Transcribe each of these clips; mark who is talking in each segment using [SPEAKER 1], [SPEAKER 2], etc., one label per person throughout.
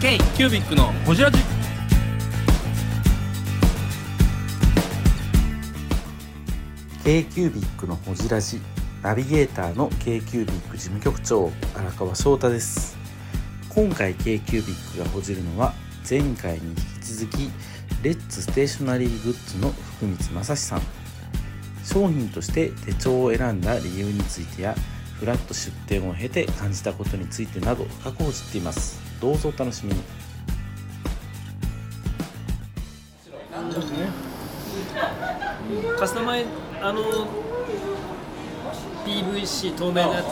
[SPEAKER 1] K キュービックのホジラジ
[SPEAKER 2] ー k ービックのほじラジナビゲーターの k ービック事務局長荒川翔太です今回 k ービックがほじるのは前回に引き続きレッツステーショナリーグッズの福光正史さん商品として手帳を選んだ理由についてやフラット出店を経て感じたことについてなど深くほじっていますどうぞお楽しみに
[SPEAKER 3] カスタマイあの PVC 透明なやつ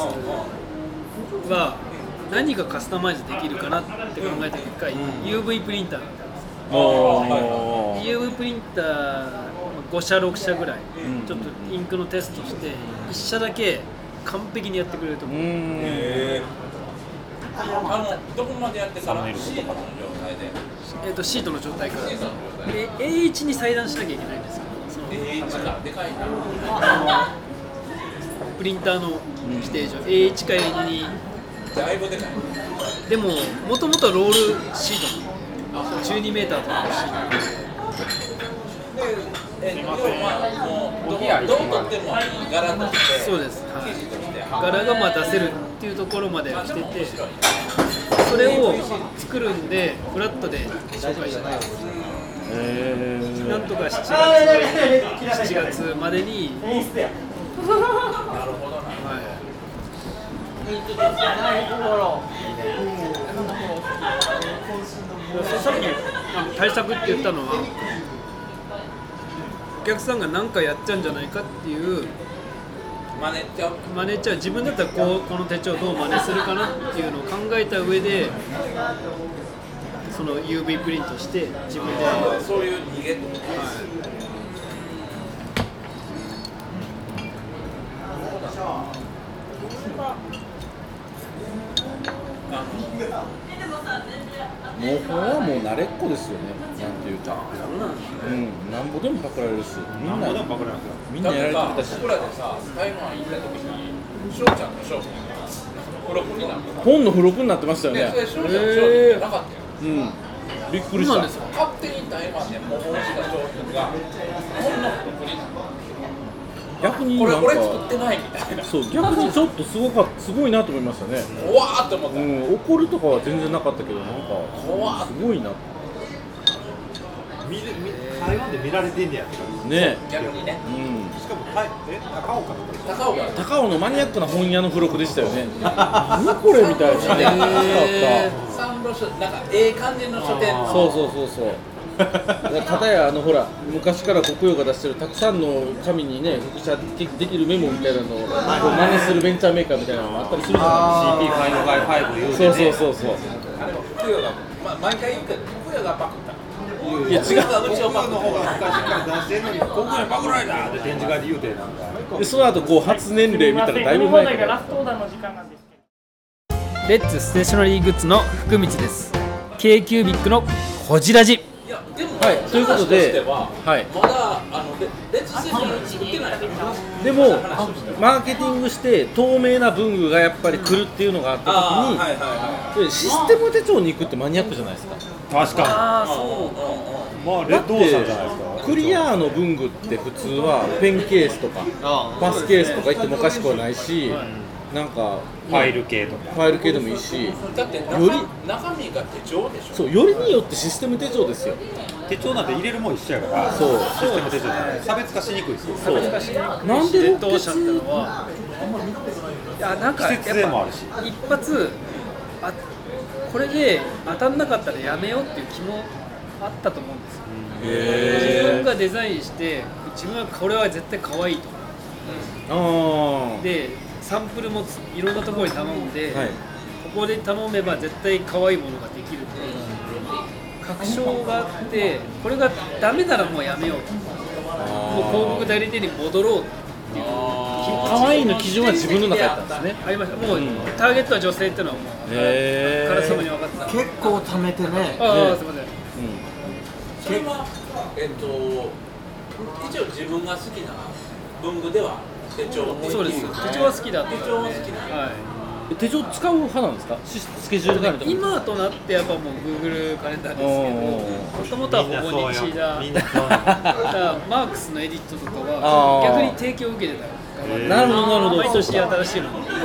[SPEAKER 3] は何がカスタマイズできるかなって考えた結果、UV プリンター
[SPEAKER 1] お
[SPEAKER 3] UV プリンター5社6社ぐらい、
[SPEAKER 1] うん
[SPEAKER 3] ちょっとインクのテストして1社だけ完璧にやってくれると
[SPEAKER 1] う
[SPEAKER 3] 思う、
[SPEAKER 1] ん
[SPEAKER 4] えあのどこまでやってたらシートの状態で
[SPEAKER 3] えー、とシートの状態からで A1 に裁断しなきゃいけないんですよその
[SPEAKER 4] えー、かでかいな
[SPEAKER 3] あのプリンターの規定上、A1 か A2 に
[SPEAKER 4] だいぶでかい
[SPEAKER 3] でも、もともとはロールシートなの。12メーターとかのシー
[SPEAKER 4] え要はもうどうどうとっても柄として
[SPEAKER 3] ト。そうです。はい。
[SPEAKER 4] 生地として
[SPEAKER 3] 柄がまあ出せるっていうところまでは来てて、それを作るんで、フラットで紹介してます。なんとか7月7月までに。はいさっきあの対策って言ったのはお客さんが何かやっちゃうんじゃないかっていう
[SPEAKER 4] 真似ちゃう
[SPEAKER 3] マネージャー自分だったらこうこの手帳どう真似するかなっていうのを考えた上でその UV プリントして自分で、はい
[SPEAKER 4] そういう逃げ
[SPEAKER 2] もうこれはもう慣れっこですよねなんていうかうんなんぼでもパクられるしみんなみんなやられて
[SPEAKER 4] だっ
[SPEAKER 2] きた
[SPEAKER 4] て
[SPEAKER 2] し
[SPEAKER 4] さ僕らでさ台湾行った時に翔ちゃんの商品がこれになっ
[SPEAKER 2] 本の付録になってましたよ
[SPEAKER 4] たね
[SPEAKER 2] ね
[SPEAKER 4] それ翔ちゃんの商品なかったよ
[SPEAKER 2] うんびっくり
[SPEAKER 3] そう
[SPEAKER 2] した
[SPEAKER 3] なんですよ
[SPEAKER 4] 勝手に台湾で模倣した商品がこんなことになった
[SPEAKER 2] 逆に
[SPEAKER 4] これ
[SPEAKER 2] なん
[SPEAKER 4] 俺作っ
[SPEAKER 2] か
[SPEAKER 4] てないみたいな
[SPEAKER 2] そう逆にちょっとすごかすごいなと思いましたね
[SPEAKER 4] 怖ーって思っ
[SPEAKER 2] う
[SPEAKER 4] た
[SPEAKER 2] ん怒るとかは全然なかったけどなんか
[SPEAKER 4] 怖ーっ
[SPEAKER 2] すごいな
[SPEAKER 5] 見れ見台湾で見られてんねやって感
[SPEAKER 2] ね
[SPEAKER 4] て逆にね
[SPEAKER 2] うん
[SPEAKER 5] じしかもタイえ高岡のこ
[SPEAKER 4] 高岡
[SPEAKER 2] 高尾のマニアックな本屋の付録でしたよね何これみたいな
[SPEAKER 4] へ
[SPEAKER 2] ね
[SPEAKER 4] サンロ書なんかええ感じの書店の
[SPEAKER 2] そうそうそうそうただやあのほら昔から国用が出してるたくさんの紙にね複写でできるメモみたいなのをこう真似するベンチャーメーカーみたいなのがあったりするじゃない
[SPEAKER 5] CP555 言
[SPEAKER 2] で
[SPEAKER 5] う
[SPEAKER 2] すか
[SPEAKER 5] て
[SPEAKER 2] そうそう
[SPEAKER 5] ね
[SPEAKER 2] そうそう
[SPEAKER 4] あれも福洋が、まあ、毎回言うけど福洋がパクった
[SPEAKER 2] いや
[SPEAKER 4] 福
[SPEAKER 2] 違
[SPEAKER 4] 洋がうちをパ
[SPEAKER 5] 今
[SPEAKER 4] クっ
[SPEAKER 5] の方が
[SPEAKER 4] た
[SPEAKER 5] 昔から出してんのにここにパクられたって展示会で言うてなんか
[SPEAKER 2] うでその後こう発年齢見たらだいぶ前から
[SPEAKER 3] レッツステーショナリーグッズの福光です k キュービックのこじらじ
[SPEAKER 4] いやでも、
[SPEAKER 2] はいということで
[SPEAKER 4] 話しては
[SPEAKER 2] はい
[SPEAKER 4] まだあのレレッツセッション作ってないから
[SPEAKER 2] でもマーケティングして透明な文具がやっぱり来るっていうのがあ
[SPEAKER 4] ああ
[SPEAKER 2] っ
[SPEAKER 4] はいはいは
[SPEAKER 2] た時にでシステム手帳に行くってマニアックじゃないですか
[SPEAKER 5] 確か
[SPEAKER 3] ああそう
[SPEAKER 5] にまあ
[SPEAKER 2] だ
[SPEAKER 5] レ
[SPEAKER 2] っ
[SPEAKER 5] ッドオーサーじゃないです
[SPEAKER 2] てクリアーの文具って普通はペンケースとかパスケースとか言ってもおかしくはないしなんか
[SPEAKER 5] かファイル系とか
[SPEAKER 2] ファイル系でもいいし
[SPEAKER 4] いだって中
[SPEAKER 2] より
[SPEAKER 4] 中身が手帳でしょ
[SPEAKER 2] そうよりによってシステム手帳ですよ
[SPEAKER 5] 手帳なんて入れるもん一緒やから
[SPEAKER 2] そう
[SPEAKER 5] システム手帳じゃない差別化しにくいですよ
[SPEAKER 2] そうなんで
[SPEAKER 3] 伝
[SPEAKER 2] ロ
[SPEAKER 3] 統
[SPEAKER 2] ッ
[SPEAKER 3] 者
[SPEAKER 2] 社
[SPEAKER 3] っ
[SPEAKER 2] ってて
[SPEAKER 3] の
[SPEAKER 2] のは
[SPEAKER 3] は、いやなんか
[SPEAKER 5] 季
[SPEAKER 3] やっ
[SPEAKER 5] 節性もあるし
[SPEAKER 3] ぱ一発あこれで当たんなかったらやめようっていう気もあったと思うんですよ。自分がデザインして自分はこれは絶対可愛いと
[SPEAKER 2] あ
[SPEAKER 3] でサンプルもついろんなところに頼んで、
[SPEAKER 2] ーはい
[SPEAKER 3] ここで頼めば絶対可愛いものができるっていう確証があってこれがダメならもうやめようもう広告代理店に戻ろうっていう
[SPEAKER 2] 可愛いの基準は自分の中やったんですね
[SPEAKER 3] ありました。もう、
[SPEAKER 2] ん
[SPEAKER 3] ターゲットは女性ってのはもう、
[SPEAKER 2] へ
[SPEAKER 3] からさまに分かってた。あ
[SPEAKER 6] 結構貯めてね
[SPEAKER 3] あ、
[SPEAKER 2] ね
[SPEAKER 3] すみません。
[SPEAKER 4] それはえっと一応自分が好きな文具では手帳ってい
[SPEAKER 3] そうです。手帳は好きだった。
[SPEAKER 4] 手帳は好きな
[SPEAKER 3] はい。
[SPEAKER 2] え手帳使う派なんですかシススケジュール管理とか
[SPEAKER 3] 今となってやっぱもう Google カレンダーですけどもともとは
[SPEAKER 5] みんな
[SPEAKER 3] ほぼ
[SPEAKER 5] そう
[SPEAKER 3] 日
[SPEAKER 5] よ
[SPEAKER 3] だ
[SPEAKER 5] みんなそう よ
[SPEAKER 3] だからマークスのエディットとか
[SPEAKER 2] あー
[SPEAKER 3] は逆に提供を受けてたから
[SPEAKER 2] なるほどなるほど
[SPEAKER 3] 毎年
[SPEAKER 2] やるんで
[SPEAKER 3] 新しいの
[SPEAKER 2] すね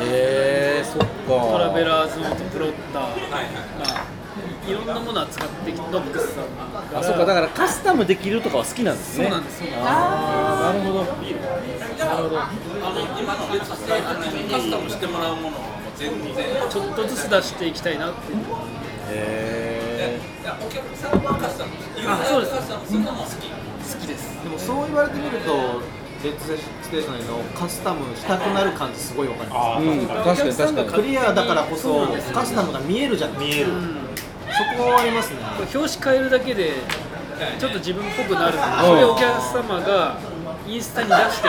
[SPEAKER 2] へえそっか
[SPEAKER 3] トラベ
[SPEAKER 2] ー
[SPEAKER 3] ラーズノートプロッター、い、いろんなものは使ってきてノックスさんから
[SPEAKER 2] あそっかだからカスタムできるとかは好きなんですね
[SPEAKER 3] そうなんですそうなんです
[SPEAKER 2] あーなるほど
[SPEAKER 4] あの今の別にあのカスタムしてもらうものはもう全然
[SPEAKER 3] ちょっとずつ出していきたいなっていう
[SPEAKER 2] へ
[SPEAKER 4] いやお客さんはカスタムユー
[SPEAKER 3] あ
[SPEAKER 4] ザ
[SPEAKER 3] そう
[SPEAKER 4] ー
[SPEAKER 3] で
[SPEAKER 4] が
[SPEAKER 3] す
[SPEAKER 4] カスタムするのも好き
[SPEAKER 3] 好きです
[SPEAKER 5] でもそう言われてみるとレッツステーションのカスタムしたくなる感じすごいわかりま
[SPEAKER 2] えうん確かに確かに
[SPEAKER 5] すクリアだからこそカスタムが見えるじゃん見えるそこはありますね
[SPEAKER 3] これ表紙変えるだけでちょっと自分っぽくなるんでそれをお客様がインスタに出して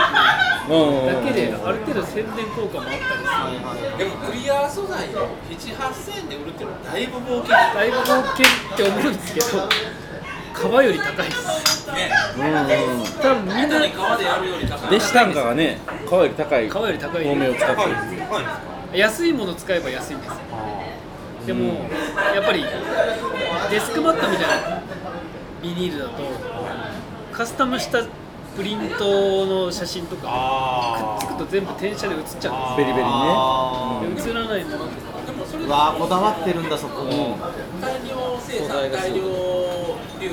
[SPEAKER 2] う
[SPEAKER 3] く
[SPEAKER 2] ん
[SPEAKER 3] れるだけである程度宣伝効果もあったりする
[SPEAKER 5] はいはい
[SPEAKER 4] でもクリア素材を78000円で売るっていうのはだいぶ儲ける
[SPEAKER 3] だいぶ冒険って思うんですけど 革より高いです
[SPEAKER 4] ね
[SPEAKER 2] うんうん
[SPEAKER 3] 多分みん
[SPEAKER 4] みんな
[SPEAKER 3] な
[SPEAKER 4] に革でやるより高い
[SPEAKER 2] でしたんかがね皮より高い
[SPEAKER 3] 革より高い
[SPEAKER 2] 透明を使ってる
[SPEAKER 3] 安いもの使えば安いんですよでも、やっぱりデスクマットみたいなビニールだとカスタムしたプリントの写真とか
[SPEAKER 5] あ
[SPEAKER 3] つくと全部転写で写っちゃ
[SPEAKER 2] ベリベリね
[SPEAKER 5] あ
[SPEAKER 3] うんですよで写らないものって
[SPEAKER 5] ーうわーこだわってるんだそこも
[SPEAKER 4] 大量生産大量流通でい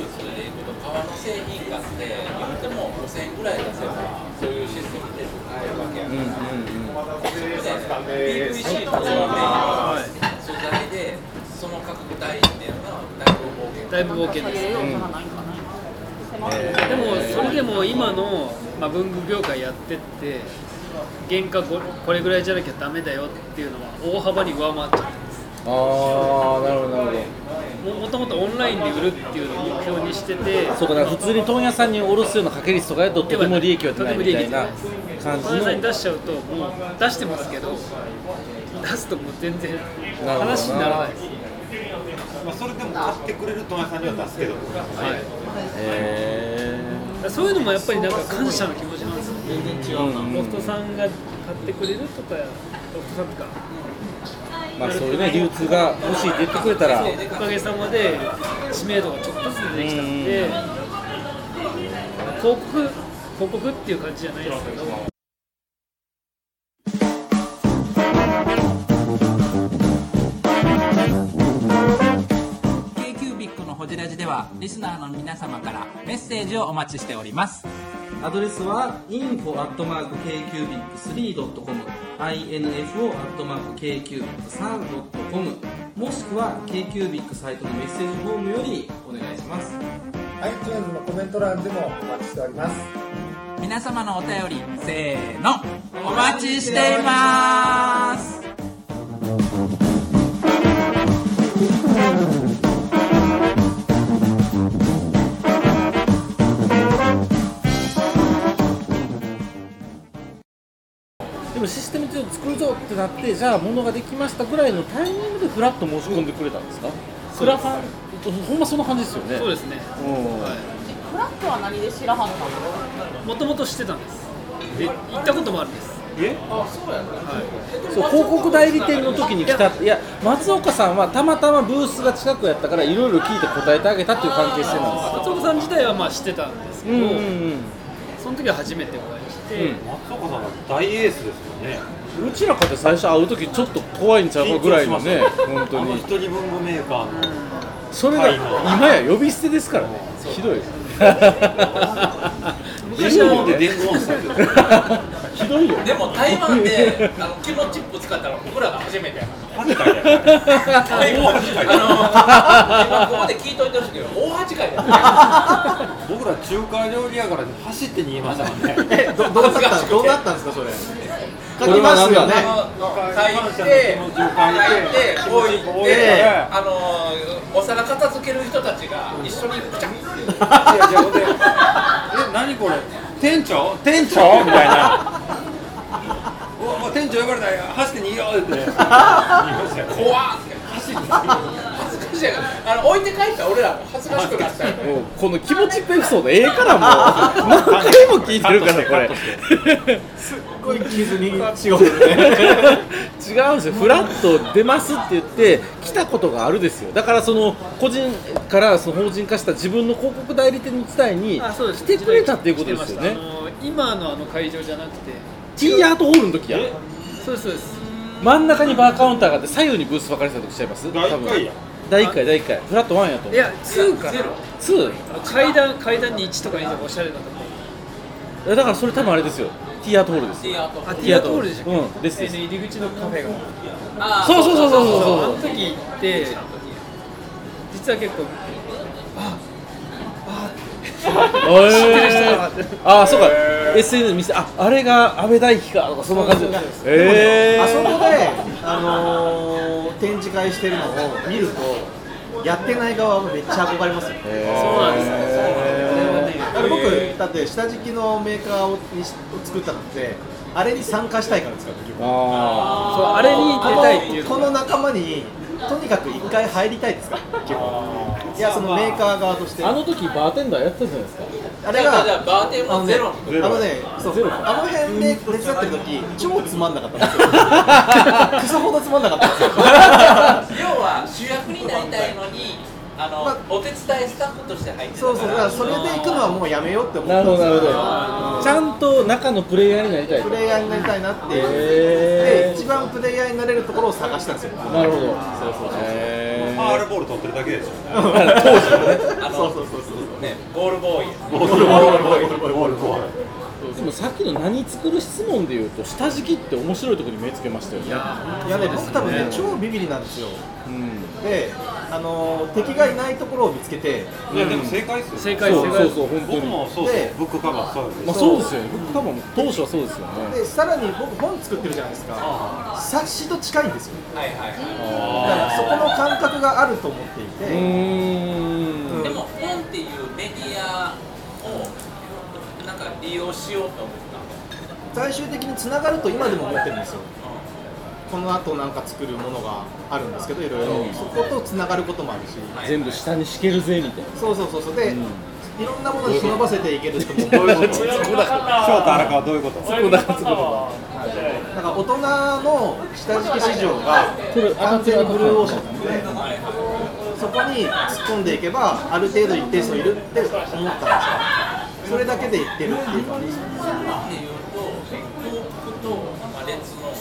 [SPEAKER 4] くと革の製品ガスで言っても5000円ぐらい出せばそういうシステムで買えるわけや
[SPEAKER 2] うんうんうん
[SPEAKER 4] で PVC とかは
[SPEAKER 3] は
[SPEAKER 4] 素材でその価格帯っていうのがだいぶ儲け
[SPEAKER 3] い
[SPEAKER 4] る
[SPEAKER 3] だいぶ冒険です
[SPEAKER 2] へ
[SPEAKER 3] でもそれでも今の、まあ、文具業界やってって原価ここれぐらいじゃなきゃダメだよっていうのは大幅に上回っちゃって
[SPEAKER 2] ーああなるほどなるほど
[SPEAKER 3] ももともとオンラインで売るっていうのを目標にしてて
[SPEAKER 2] そうかだから普通に問屋さんに卸すような掛け率とかやととても利益は出ないみたいな感じ
[SPEAKER 3] 本屋さんに
[SPEAKER 2] の
[SPEAKER 3] 出しちゃうともう出してますけど出すともう全然
[SPEAKER 2] なるほどな
[SPEAKER 3] 話にならないです、
[SPEAKER 5] まあそれでも買ってくれる問屋さんには出すけど
[SPEAKER 3] はい、だか
[SPEAKER 2] へ
[SPEAKER 3] らそういうのもやっぱりなんか感謝の気持ちなんですよね
[SPEAKER 2] えうんう
[SPEAKER 3] ロフ
[SPEAKER 2] ん
[SPEAKER 3] トさんが買ってくれるとかロフトさんとか
[SPEAKER 2] まあそういうね流通が欲しいって言ってくれたら
[SPEAKER 3] そうおかげさまで知名度がちょっとずつ出てきたんで
[SPEAKER 2] うん
[SPEAKER 3] 広告広告っていう感じじゃないですけど
[SPEAKER 6] ケイキュービックのホジラジではリスナーの皆様からメッセージをお待ちしております。
[SPEAKER 1] アドレスは info.kcubic3.com info.kcubic3.com もしくは KQBIC サイトのメッセージフォームよりお願いします
[SPEAKER 7] iTunes のコメント欄でもお待ちしております
[SPEAKER 6] 皆様のお便り、せーの、お待ちしてい ます
[SPEAKER 2] でもシステムを作るぞってなってじゃあ物ができましたぐらいのタイミングでフラッと申し込んでくれたんですかフラファンほんまそんな感じですよね
[SPEAKER 3] そう
[SPEAKER 2] う
[SPEAKER 3] ですね
[SPEAKER 2] ん
[SPEAKER 8] フラットは何で知らはったの
[SPEAKER 3] もともと知ってたんですで行ったこともあるんです
[SPEAKER 2] そう広告代理店の時に来たいや松岡さんはたまたまブースが近くやったからいろいろ聞いて答えてあげたっていう関係性なんです
[SPEAKER 3] 松岡さん自体はまあ知ってたんですけ
[SPEAKER 2] う
[SPEAKER 3] ど、
[SPEAKER 2] んうん
[SPEAKER 3] その時は初めてお会いして、
[SPEAKER 2] うん
[SPEAKER 5] 松岡さんは大エースですよね
[SPEAKER 2] うんうちらかって最初会う時ちょっと怖いんちゃうかぐらいのね本当
[SPEAKER 5] あの
[SPEAKER 2] に
[SPEAKER 5] 一人文具メーカーの
[SPEAKER 2] それが今や呼び捨てですから ねひどい
[SPEAKER 3] 昔は
[SPEAKER 5] で伝言する
[SPEAKER 2] ひどいよ
[SPEAKER 4] でも台湾であのキモチップ使ったの僕らが初めてやから
[SPEAKER 5] 恥かいてある
[SPEAKER 4] 台湾あの今ここで聞いといてほしいけど大八回だよ
[SPEAKER 5] 僕ら中華料理屋から走って逃げましたもんね
[SPEAKER 1] えどどうなったどうなったんですかそれ
[SPEAKER 5] 書きますよね
[SPEAKER 4] 書いて、書いて、置いて、あのお皿片付ける人たちが一緒にぐちゃっていう。
[SPEAKER 5] いやいやほんでえ何これ店長店長みたいなうわもう店長呼ばれたら走って逃げようって言いましたよ
[SPEAKER 4] 怖っって。
[SPEAKER 5] 走って逃げよう
[SPEAKER 4] じゃあの置いて帰ったら俺らも恥ずかしくなったよね
[SPEAKER 2] もうこの気持ちエピソードええからもう何回も聞いてるからねこれ違うんですよフラッと出ますって言って来たことがあるですよだからその個人からその法人化した自分の広告代理店の伝えに
[SPEAKER 3] あそうです
[SPEAKER 2] 来てくれたっていうことですよ
[SPEAKER 3] 来て
[SPEAKER 2] ね
[SPEAKER 3] ましたあの今のあの会場じゃなくて
[SPEAKER 2] T アートホールの時や
[SPEAKER 3] そうですそうです
[SPEAKER 2] 真ん中にバーカウンターがあって左右にブース分かれてたとこちゃいます
[SPEAKER 5] 第一
[SPEAKER 2] 多
[SPEAKER 5] 回
[SPEAKER 2] 分
[SPEAKER 5] や
[SPEAKER 2] 第1回第1回フラット1やと
[SPEAKER 3] いや2かな
[SPEAKER 2] 2?
[SPEAKER 3] 階段階段に1とか2とかおしゃれだと思
[SPEAKER 2] だ
[SPEAKER 3] う
[SPEAKER 2] からそれ多分あれですよ T アートホールですよ
[SPEAKER 3] あティアトールでしたっけ、
[SPEAKER 2] うんですです
[SPEAKER 3] えー入り口のカフェが
[SPEAKER 2] そうそうそうそうそう
[SPEAKER 3] そうあ
[SPEAKER 2] そ
[SPEAKER 3] の
[SPEAKER 2] う
[SPEAKER 3] 時行って実は結構ああ
[SPEAKER 2] え
[SPEAKER 3] 知ってる人だな
[SPEAKER 2] ああそうか SNS 見せてああれが安倍大輝かとかそんな感じ
[SPEAKER 3] そうそうそう
[SPEAKER 2] ええ
[SPEAKER 9] あそこで、あのー展示会してるのを見ると、やってない側もめっちゃ憧れますよ、
[SPEAKER 3] そうなんですね
[SPEAKER 9] あれ僕、だって下敷きのメーカーをにしを作ったのって、あれに参加したいからですから、結局
[SPEAKER 2] あ
[SPEAKER 3] そうあれに出たいっていう
[SPEAKER 9] この仲間に、とにかく一回入りたいですから、結局いや、そのメーカー側として、
[SPEAKER 2] あの時バーテンダーやってたじゃないですか
[SPEAKER 9] あれ
[SPEAKER 4] だから
[SPEAKER 9] が、
[SPEAKER 4] バーテン
[SPEAKER 9] あ
[SPEAKER 4] も
[SPEAKER 9] のね、
[SPEAKER 4] ゼロ
[SPEAKER 9] あのね、そうあの辺で手伝ってる時超つまんなかったんで すよ、クソほどつまんなかったんですよ。
[SPEAKER 4] 要は主役になりたいのにあの、
[SPEAKER 9] まあ
[SPEAKER 4] お手伝いスタッフとして入ってた
[SPEAKER 9] そうそう、だからそれで行くのはもうやめようって思っ
[SPEAKER 2] な
[SPEAKER 9] た
[SPEAKER 2] る
[SPEAKER 9] ん
[SPEAKER 2] ほ
[SPEAKER 9] で
[SPEAKER 2] ど
[SPEAKER 9] す
[SPEAKER 2] なるほど
[SPEAKER 9] うん
[SPEAKER 2] ちゃんと中のプレイヤーになりたい
[SPEAKER 9] プレイヤーになりたいなって、
[SPEAKER 2] へー
[SPEAKER 9] で一番プレイヤーになれるところを探したんですよ。
[SPEAKER 2] なるほどそうそう
[SPEAKER 5] ファールボール取ってるだけでしょ
[SPEAKER 9] 当時
[SPEAKER 4] あの
[SPEAKER 9] そうそうそうそう。
[SPEAKER 4] ねボールボーイや
[SPEAKER 5] ボールボールボールボールボールボール
[SPEAKER 2] でもさっきの何作る質問でいうと下敷きって面白いところに目つけましたよね
[SPEAKER 9] いやね、僕多分ね、超ビビりなんですよ。で、あのー敵がいないところを見つけて、
[SPEAKER 5] いやでも正解っすよ
[SPEAKER 3] 正解
[SPEAKER 2] そ
[SPEAKER 3] 正
[SPEAKER 2] う
[SPEAKER 3] 解
[SPEAKER 2] そうそう本当
[SPEAKER 5] 僕
[SPEAKER 2] に
[SPEAKER 5] もそうですブックカバーそう
[SPEAKER 2] まあ
[SPEAKER 5] です
[SPEAKER 2] そうですよね僕多分当初はそうですよね
[SPEAKER 9] でさらに僕本作ってるじゃないですか。冊子と近いんですよ。
[SPEAKER 4] はいはいは
[SPEAKER 9] だからそこの感覚があると思っていうて、
[SPEAKER 2] ー
[SPEAKER 9] うん
[SPEAKER 4] い
[SPEAKER 2] ん
[SPEAKER 4] でも本っていうメディアをなんか利用しようと思った
[SPEAKER 9] 最終的に繋がると今でも思ってるんですよ。この後なんか作るものがあるんですけど、いろいろそこと繋がることもあるし。
[SPEAKER 2] 全部下に敷けるぜみたいな
[SPEAKER 9] そうそうそうそうで、
[SPEAKER 2] ん
[SPEAKER 9] いろんなものに忍ばせていけると思う。
[SPEAKER 5] どう いうこと翔太荒川どういうこと
[SPEAKER 9] なんか大人の下敷き市場が完全にブルーオーシャンなので、そこに突っ込んでいけば、ある程度一定数いるって思ったんですよ。それだけで言ってるっていう感じです。
[SPEAKER 4] っていうと幸福と羅列の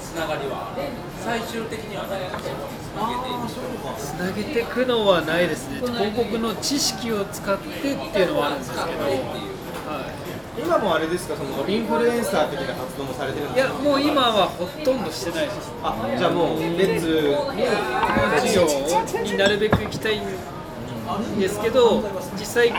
[SPEAKER 4] つながりは最終的には何かそこにつなげ
[SPEAKER 3] つな
[SPEAKER 4] ていく
[SPEAKER 3] げていくのはないですね広告の知識を使ってっていうのはあるんですけど、は
[SPEAKER 9] 今もあれですか、そのインフルエンサー的な活動もされてるん
[SPEAKER 3] い、い
[SPEAKER 9] です
[SPEAKER 3] や
[SPEAKER 9] か
[SPEAKER 3] もう今はほとんどしてないです
[SPEAKER 9] あ、じゃあもう、レッツに、
[SPEAKER 3] 事業になるべく行きたいんですけど実際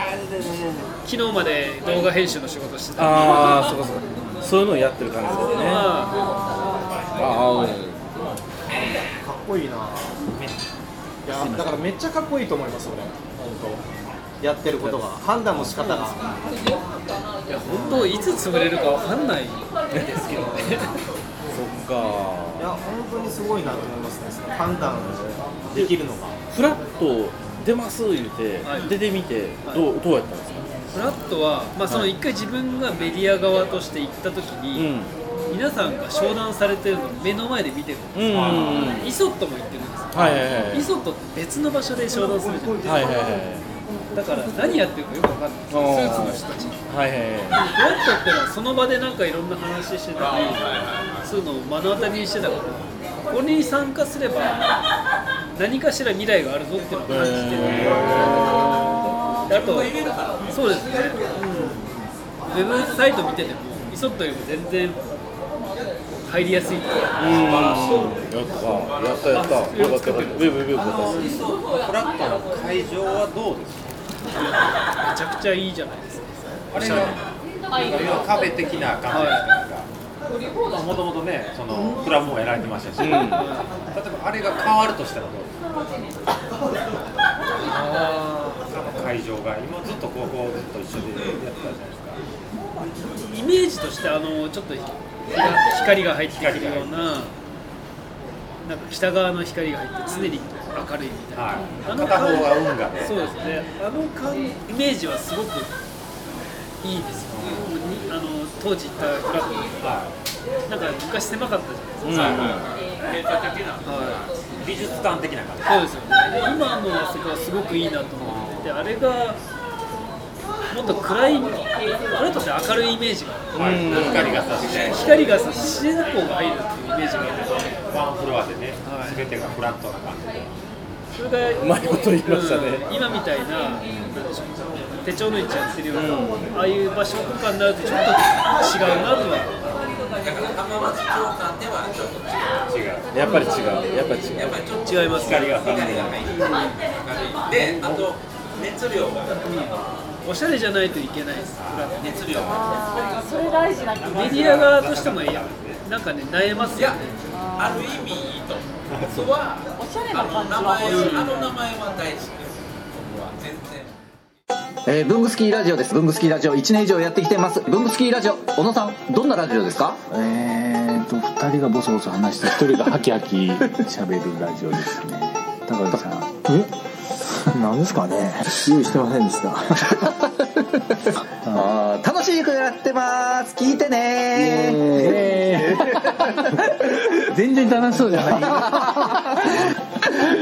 [SPEAKER 3] 昨日まで動画編集の仕事してたんで
[SPEAKER 2] ああそうかそうかそういうのをやってる感じですねあ
[SPEAKER 3] まあ
[SPEAKER 2] あ
[SPEAKER 9] かっこいいな。いや、だからめっちゃかっこいいと思います、俺。本当。やってることが、判断の仕方が。
[SPEAKER 3] いや本当いつ潰れるかわかんないですけどね
[SPEAKER 2] そっか
[SPEAKER 9] いや、本当にすごいなと思いますね、その判断できるのが。
[SPEAKER 2] フラッと出ます言うて、
[SPEAKER 3] はい
[SPEAKER 2] 出てみてどうどうやったんですか、
[SPEAKER 3] フラットはまあその一回自分がメディア側として行った時に、皆さんが商談されてるのを目の前で見てるん
[SPEAKER 2] うんうんうん
[SPEAKER 3] ですイソットも行ってるんですよ
[SPEAKER 2] はいはいはいはい
[SPEAKER 3] イソットって別の場所で商談するじゃないですか
[SPEAKER 2] はいはいはい
[SPEAKER 3] だから何やってるかよくわかんないス
[SPEAKER 2] あー
[SPEAKER 3] ーツの人たち
[SPEAKER 2] はいはいはい
[SPEAKER 3] フラットってのはその場でなんかいろんな話してたりそういうのを目の当たりにしてたからここに参加すれば何かしら未来があるぞっていうのを感じてるであとそうですねウェブサイト見ててもイソットよりも全然入りやすいっていう
[SPEAKER 2] うんやったやったやったよかったよかったウェブウェブよかったです
[SPEAKER 5] フラットの会場はどうですか
[SPEAKER 3] めちゃくちゃいいじゃないですか
[SPEAKER 5] あれがカフェ的な感じですかもともとねそのプラモをやられてましたし、例えばあれが変わるとしたらどうですか会場が今ずっと高校ずっと一緒でやってたじゃないですか
[SPEAKER 3] イメージとしてあのちょっと日が光が入ってくるようななんか北側の光が入って常に明るいみたいな、
[SPEAKER 5] はい
[SPEAKER 3] あの
[SPEAKER 5] 片
[SPEAKER 3] 感
[SPEAKER 5] 方が運がね
[SPEAKER 3] そうですねあの感イメージはすごくいいですよ、にあの当時行ったクラブ、なんか昔狭かったじゃないですか、
[SPEAKER 4] はいはいはい閉鎖的な
[SPEAKER 3] はい
[SPEAKER 5] 美術館的な感じ
[SPEAKER 3] そうですよねで今のあそこはすごくいいなと思っててあれがもっと暗い俺として明るいイメージがある、
[SPEAKER 5] うん光が差して
[SPEAKER 3] 光が差し自然光が入るっていうイメージがある
[SPEAKER 5] ワンフロアでね、すべてがフラットな感じで。
[SPEAKER 3] それが
[SPEAKER 5] うまいこと言いましたね
[SPEAKER 3] うん今みたいななんでしょう手帳の位置やってるような、ああいう場所とかになるとちょっと違うなとは
[SPEAKER 4] だから浜松長官ではちょっと違う
[SPEAKER 5] 違う
[SPEAKER 2] やっぱり違うやっぱり違う
[SPEAKER 4] やっぱりちょっと
[SPEAKER 3] 違います
[SPEAKER 4] 光が入る光であと熱量が
[SPEAKER 3] おしゃれじゃないといけないです
[SPEAKER 4] 熱量
[SPEAKER 8] あーそれ大事な気が
[SPEAKER 3] メディア側としてもいやなんかね萎えますよね
[SPEAKER 4] ある意味 いいとそこは
[SPEAKER 8] おしゃれ
[SPEAKER 4] あ
[SPEAKER 8] な
[SPEAKER 4] の
[SPEAKER 8] 感じ
[SPEAKER 4] 名
[SPEAKER 8] は
[SPEAKER 4] 前
[SPEAKER 8] 欲しい
[SPEAKER 4] あの名前は大事です僕は全然
[SPEAKER 10] えー、ブングスキーラジオです。ブングスキーラジオ1年以上やってきてます。ブングスキーラジオ、小野さん、どんなラジオですかえーと、2人がボソボソ話して、1人がハキハキ喋るラジオですね。高木さん。えなんですかね用意してませんでした。あー楽しい曲やってます。聞いてね全然楽しそうじゃな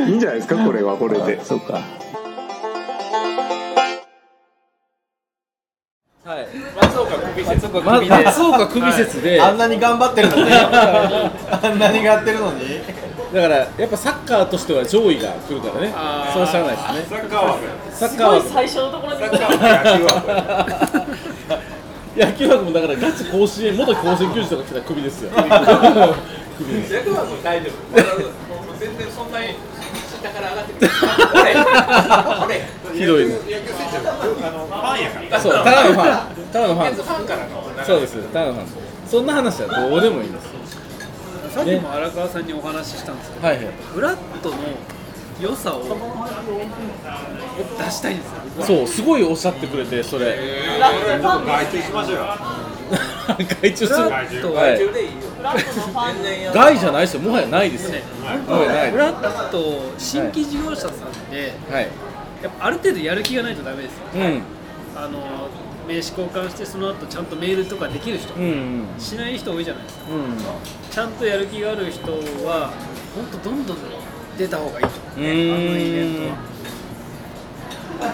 [SPEAKER 10] い。いいんじゃないですか、これはこれで。そうか。
[SPEAKER 2] はい
[SPEAKER 4] 松岡首
[SPEAKER 2] 松岡首で松岡首説で
[SPEAKER 9] あんなに頑張ってるの にあんなにやってるのに
[SPEAKER 2] だからやっぱサッカーとしては上位が来るからね
[SPEAKER 9] あー
[SPEAKER 2] そうしゃあないですね
[SPEAKER 5] サッカー枠
[SPEAKER 2] サッカー
[SPEAKER 8] すごい
[SPEAKER 2] 枠
[SPEAKER 8] 最初のところで
[SPEAKER 5] サッカー枠
[SPEAKER 2] 野球枠もだからガチ甲子園元甲子園球児とか来たら首ですよ首です
[SPEAKER 4] 役はもう大 丈夫全然そんなに下から上がってくる これこれ
[SPEAKER 2] ひどいね
[SPEAKER 4] 野球選手はあのファンやから
[SPEAKER 2] そう、ただのファン。ただのファン
[SPEAKER 4] ファンからの
[SPEAKER 2] です。そうです、ただのファンです。そんな話はどうでもいいんです。
[SPEAKER 3] さっきも荒川さんにお話ししたんですけど、
[SPEAKER 2] はいはい
[SPEAKER 3] フラットの良さを出したいんですよ僕は
[SPEAKER 2] そう、すごいおっしゃってくれて、それ。
[SPEAKER 5] 外注しましょうよ。
[SPEAKER 2] 外注する。
[SPEAKER 3] 外注
[SPEAKER 2] はい
[SPEAKER 3] 外注でいいよ
[SPEAKER 2] 外じゃないですよ、もはやないですよ。もはやない
[SPEAKER 3] フラット新規事業者さんで、
[SPEAKER 2] はい。
[SPEAKER 3] やっぱある程度やる気がないとダメですよ
[SPEAKER 2] うん。
[SPEAKER 3] あの名刺交換してその後ちゃんとメールとかできる人、
[SPEAKER 2] うんうん。
[SPEAKER 3] しない人多いじゃないですか
[SPEAKER 2] うん。
[SPEAKER 3] ちゃんとやる気がある人は本当どんどん出た方がいいと思
[SPEAKER 2] う
[SPEAKER 3] うねあのイベント
[SPEAKER 2] ー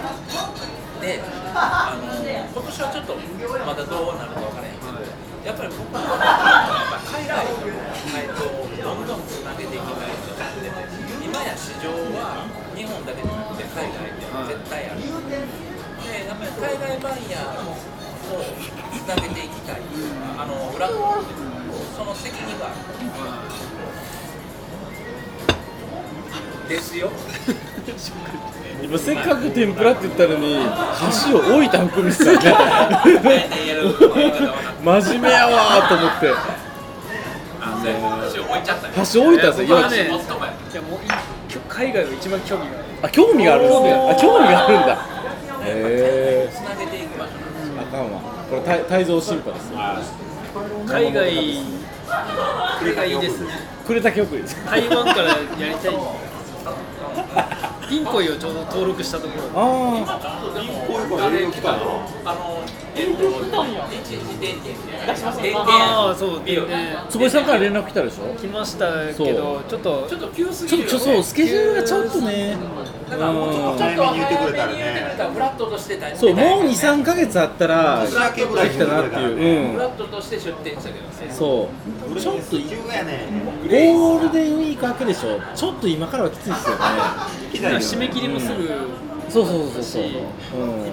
[SPEAKER 2] ん
[SPEAKER 3] は。
[SPEAKER 4] であの今年はちょっとまだどうなるか分からへんけど、やっぱり僕はやっぱ海外の回答をどんどんつなげていきたいと思って今や市場は日本だけじゃなくて海外で絶対ある、でやっぱり海外バイヤーをつなげていきたい、あの裏その責任があるですよ
[SPEAKER 2] 今せっかく天ぷらって言ったの に箸を置いた含みですよね真面目やわーと思って
[SPEAKER 4] あそうや箸を置いちゃった
[SPEAKER 2] 箸置いたんですよ
[SPEAKER 3] 僕はね
[SPEAKER 2] いや
[SPEAKER 3] いやもうい海外が一番興味がある
[SPEAKER 2] あ興味があるんですねあ興味があるんだへえ
[SPEAKER 4] つなげていく場所
[SPEAKER 2] あかんわこれた泰造審判ですよ
[SPEAKER 3] 海外これがいいですね
[SPEAKER 2] くれた曲です
[SPEAKER 3] 台湾からやりたいピンコイをちょうど登録したところ
[SPEAKER 2] あ
[SPEAKER 4] あれ来たのあの、えっと、一日電源出しま電源
[SPEAKER 3] ああそうでね
[SPEAKER 2] 坪井さんから連絡来たでしょ
[SPEAKER 3] 来ましたけどちょっと
[SPEAKER 4] ちょっと急す
[SPEAKER 2] ち
[SPEAKER 4] ぎ
[SPEAKER 2] ょっ
[SPEAKER 4] る
[SPEAKER 2] とち
[SPEAKER 4] よ、ね、
[SPEAKER 2] ょそうスケジュールがちょっとね
[SPEAKER 4] だからもうちょっと
[SPEAKER 2] うん
[SPEAKER 4] ちょっと
[SPEAKER 5] 早めに言ってくれたらね
[SPEAKER 4] 早めに言ってくれたらフラットとしてた
[SPEAKER 2] そうもう
[SPEAKER 4] 出たいよね
[SPEAKER 2] 23か月あったら
[SPEAKER 5] 年明けぐらい
[SPEAKER 2] できたなっていう
[SPEAKER 4] フ
[SPEAKER 2] うん
[SPEAKER 4] ラットとして出店したけどね
[SPEAKER 2] そうちょっと
[SPEAKER 5] 急がやね。
[SPEAKER 2] ゴールデンウィーク明けでしょちょっと今からはきついですよね
[SPEAKER 3] 締め切りもすぐ
[SPEAKER 2] そうそうそうそう
[SPEAKER 4] 今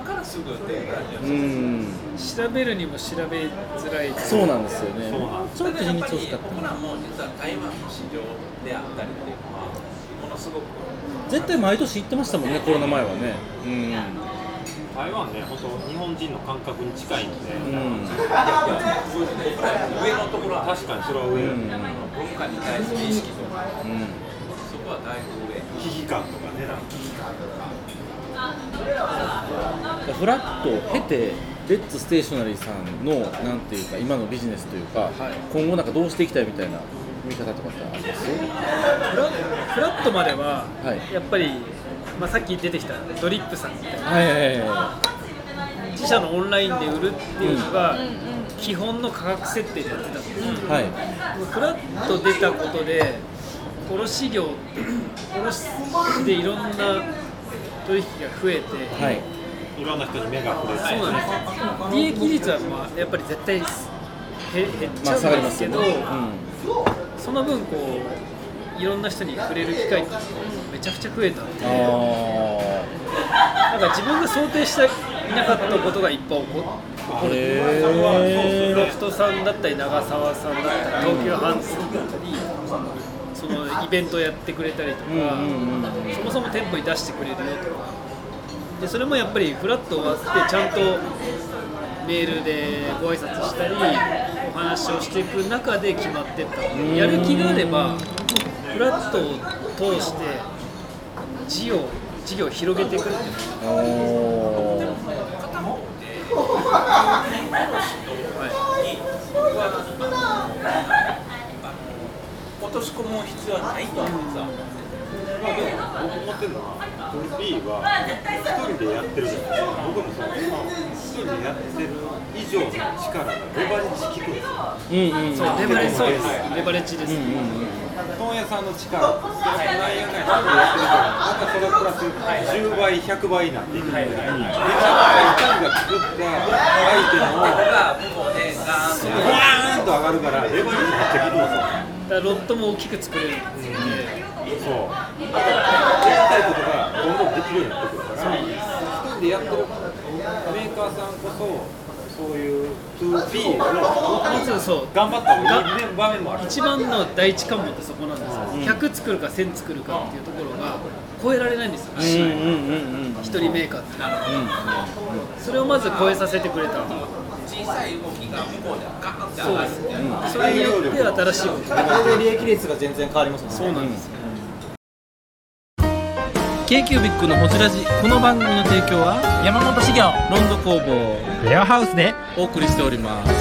[SPEAKER 4] からすぐって
[SPEAKER 2] うん、うん、
[SPEAKER 3] 調べるにも調べづらい
[SPEAKER 2] そうなんですよねちょっと日
[SPEAKER 4] やっ
[SPEAKER 2] に
[SPEAKER 4] ぱ
[SPEAKER 2] ち
[SPEAKER 4] り
[SPEAKER 2] 惜しかった
[SPEAKER 4] 僕らも実は台湾の市場であったりっていうのはものすごく
[SPEAKER 2] 絶対毎年行ってましたもんねコロナ前はねうん
[SPEAKER 5] 台湾ね、本当日本人の感覚に近いので、
[SPEAKER 2] うん
[SPEAKER 4] 僕らより上のところは
[SPEAKER 5] 確かにそれは上、
[SPEAKER 2] うん
[SPEAKER 4] 文化に対する意識とか
[SPEAKER 2] うん
[SPEAKER 4] そこはだいぶ上
[SPEAKER 5] 危機感とかね、なんか
[SPEAKER 2] フラットを経て、レッツステーショナリーさんのなんていうか、今のビジネスというか、今後なんかどうしていきたいみたいな、み方とかってあります
[SPEAKER 3] フラフラットまでは、
[SPEAKER 2] はい
[SPEAKER 3] やっぱり、まあ、さっき出てきたドリップさんみたいな、
[SPEAKER 2] はいはいはいは
[SPEAKER 3] 自社のオンラインで売るっていうのが、基本の価格設定でやってたんですよ、
[SPEAKER 2] はい
[SPEAKER 3] フラッと出たことで卸業って卸でいろんな取引が増えて、
[SPEAKER 2] はい
[SPEAKER 5] いろんな人に目が触れて
[SPEAKER 3] そうなんです利益率はまあやっぱり絶対へ減っち
[SPEAKER 2] まあ下が
[SPEAKER 3] ゃう
[SPEAKER 2] り
[SPEAKER 3] ん
[SPEAKER 2] ま
[SPEAKER 3] です
[SPEAKER 2] す
[SPEAKER 3] け
[SPEAKER 2] よ
[SPEAKER 3] ど、
[SPEAKER 2] ね、うん
[SPEAKER 3] その分こういろんな人に触れる機会ってめちゃくちゃ増えたんで
[SPEAKER 2] あ
[SPEAKER 3] なんか自分が想定していなかったことがいっぱい起こ起こる
[SPEAKER 2] へー
[SPEAKER 3] ロフトさんだったり長澤さんだったり東急ハンズさんだったりそのイベントやってくれたりとか、そもそも店舗に出してくれるよとかでそれもやっぱりフラット終わってちゃんとメールでご挨拶したりお話をしていく中で決まってったのでやる気があればフラットを通して事業事業を広げていくっていう
[SPEAKER 2] ーおー
[SPEAKER 4] 落とし込む必要はないと思うんですよ
[SPEAKER 5] まあでも僕思ってるのは、この B は一人でやってるじゃないですか。僕もそうです。一人でやってる以上の力がレバレッジ効くんですよ。
[SPEAKER 2] うんうん
[SPEAKER 3] そうレバレッジそうですレバレッジです、
[SPEAKER 5] 問屋さんの力、やっぱ内容が一人でやってるから、またそれプラス10倍、100倍になっていくみたいな。めちゃめちゃ一人が作ったアイテムを、ブワーンと上がるから、レバレッジめっちゃ効くんですよ。
[SPEAKER 3] だからロットも大きく作れるんで
[SPEAKER 5] そう。やりたいことがどんどんできるようになってくるから、一人でやってるメーカーさんこそ、そういう 2B の
[SPEAKER 3] まずそう
[SPEAKER 5] 頑張った方がいい場面もある。
[SPEAKER 3] 一番の第一関門ってそこなんですよ、100作るか1000作るかっていうところが超えられないんですよ、
[SPEAKER 2] うんうんうんうん
[SPEAKER 3] 一人メーカーってそれをまず超えさせてくれた
[SPEAKER 4] 小さい動きが向こうでガーンって上
[SPEAKER 3] そう
[SPEAKER 4] が
[SPEAKER 3] で
[SPEAKER 4] る
[SPEAKER 3] す
[SPEAKER 4] みたいな
[SPEAKER 3] それによって新しいこと
[SPEAKER 9] これで利益率が全然変わりますもんね。
[SPEAKER 3] そうなんですよ
[SPEAKER 1] k q b i c のホジラジこの番組の提供は山本資源ロンド工房レアハウスでお送りしております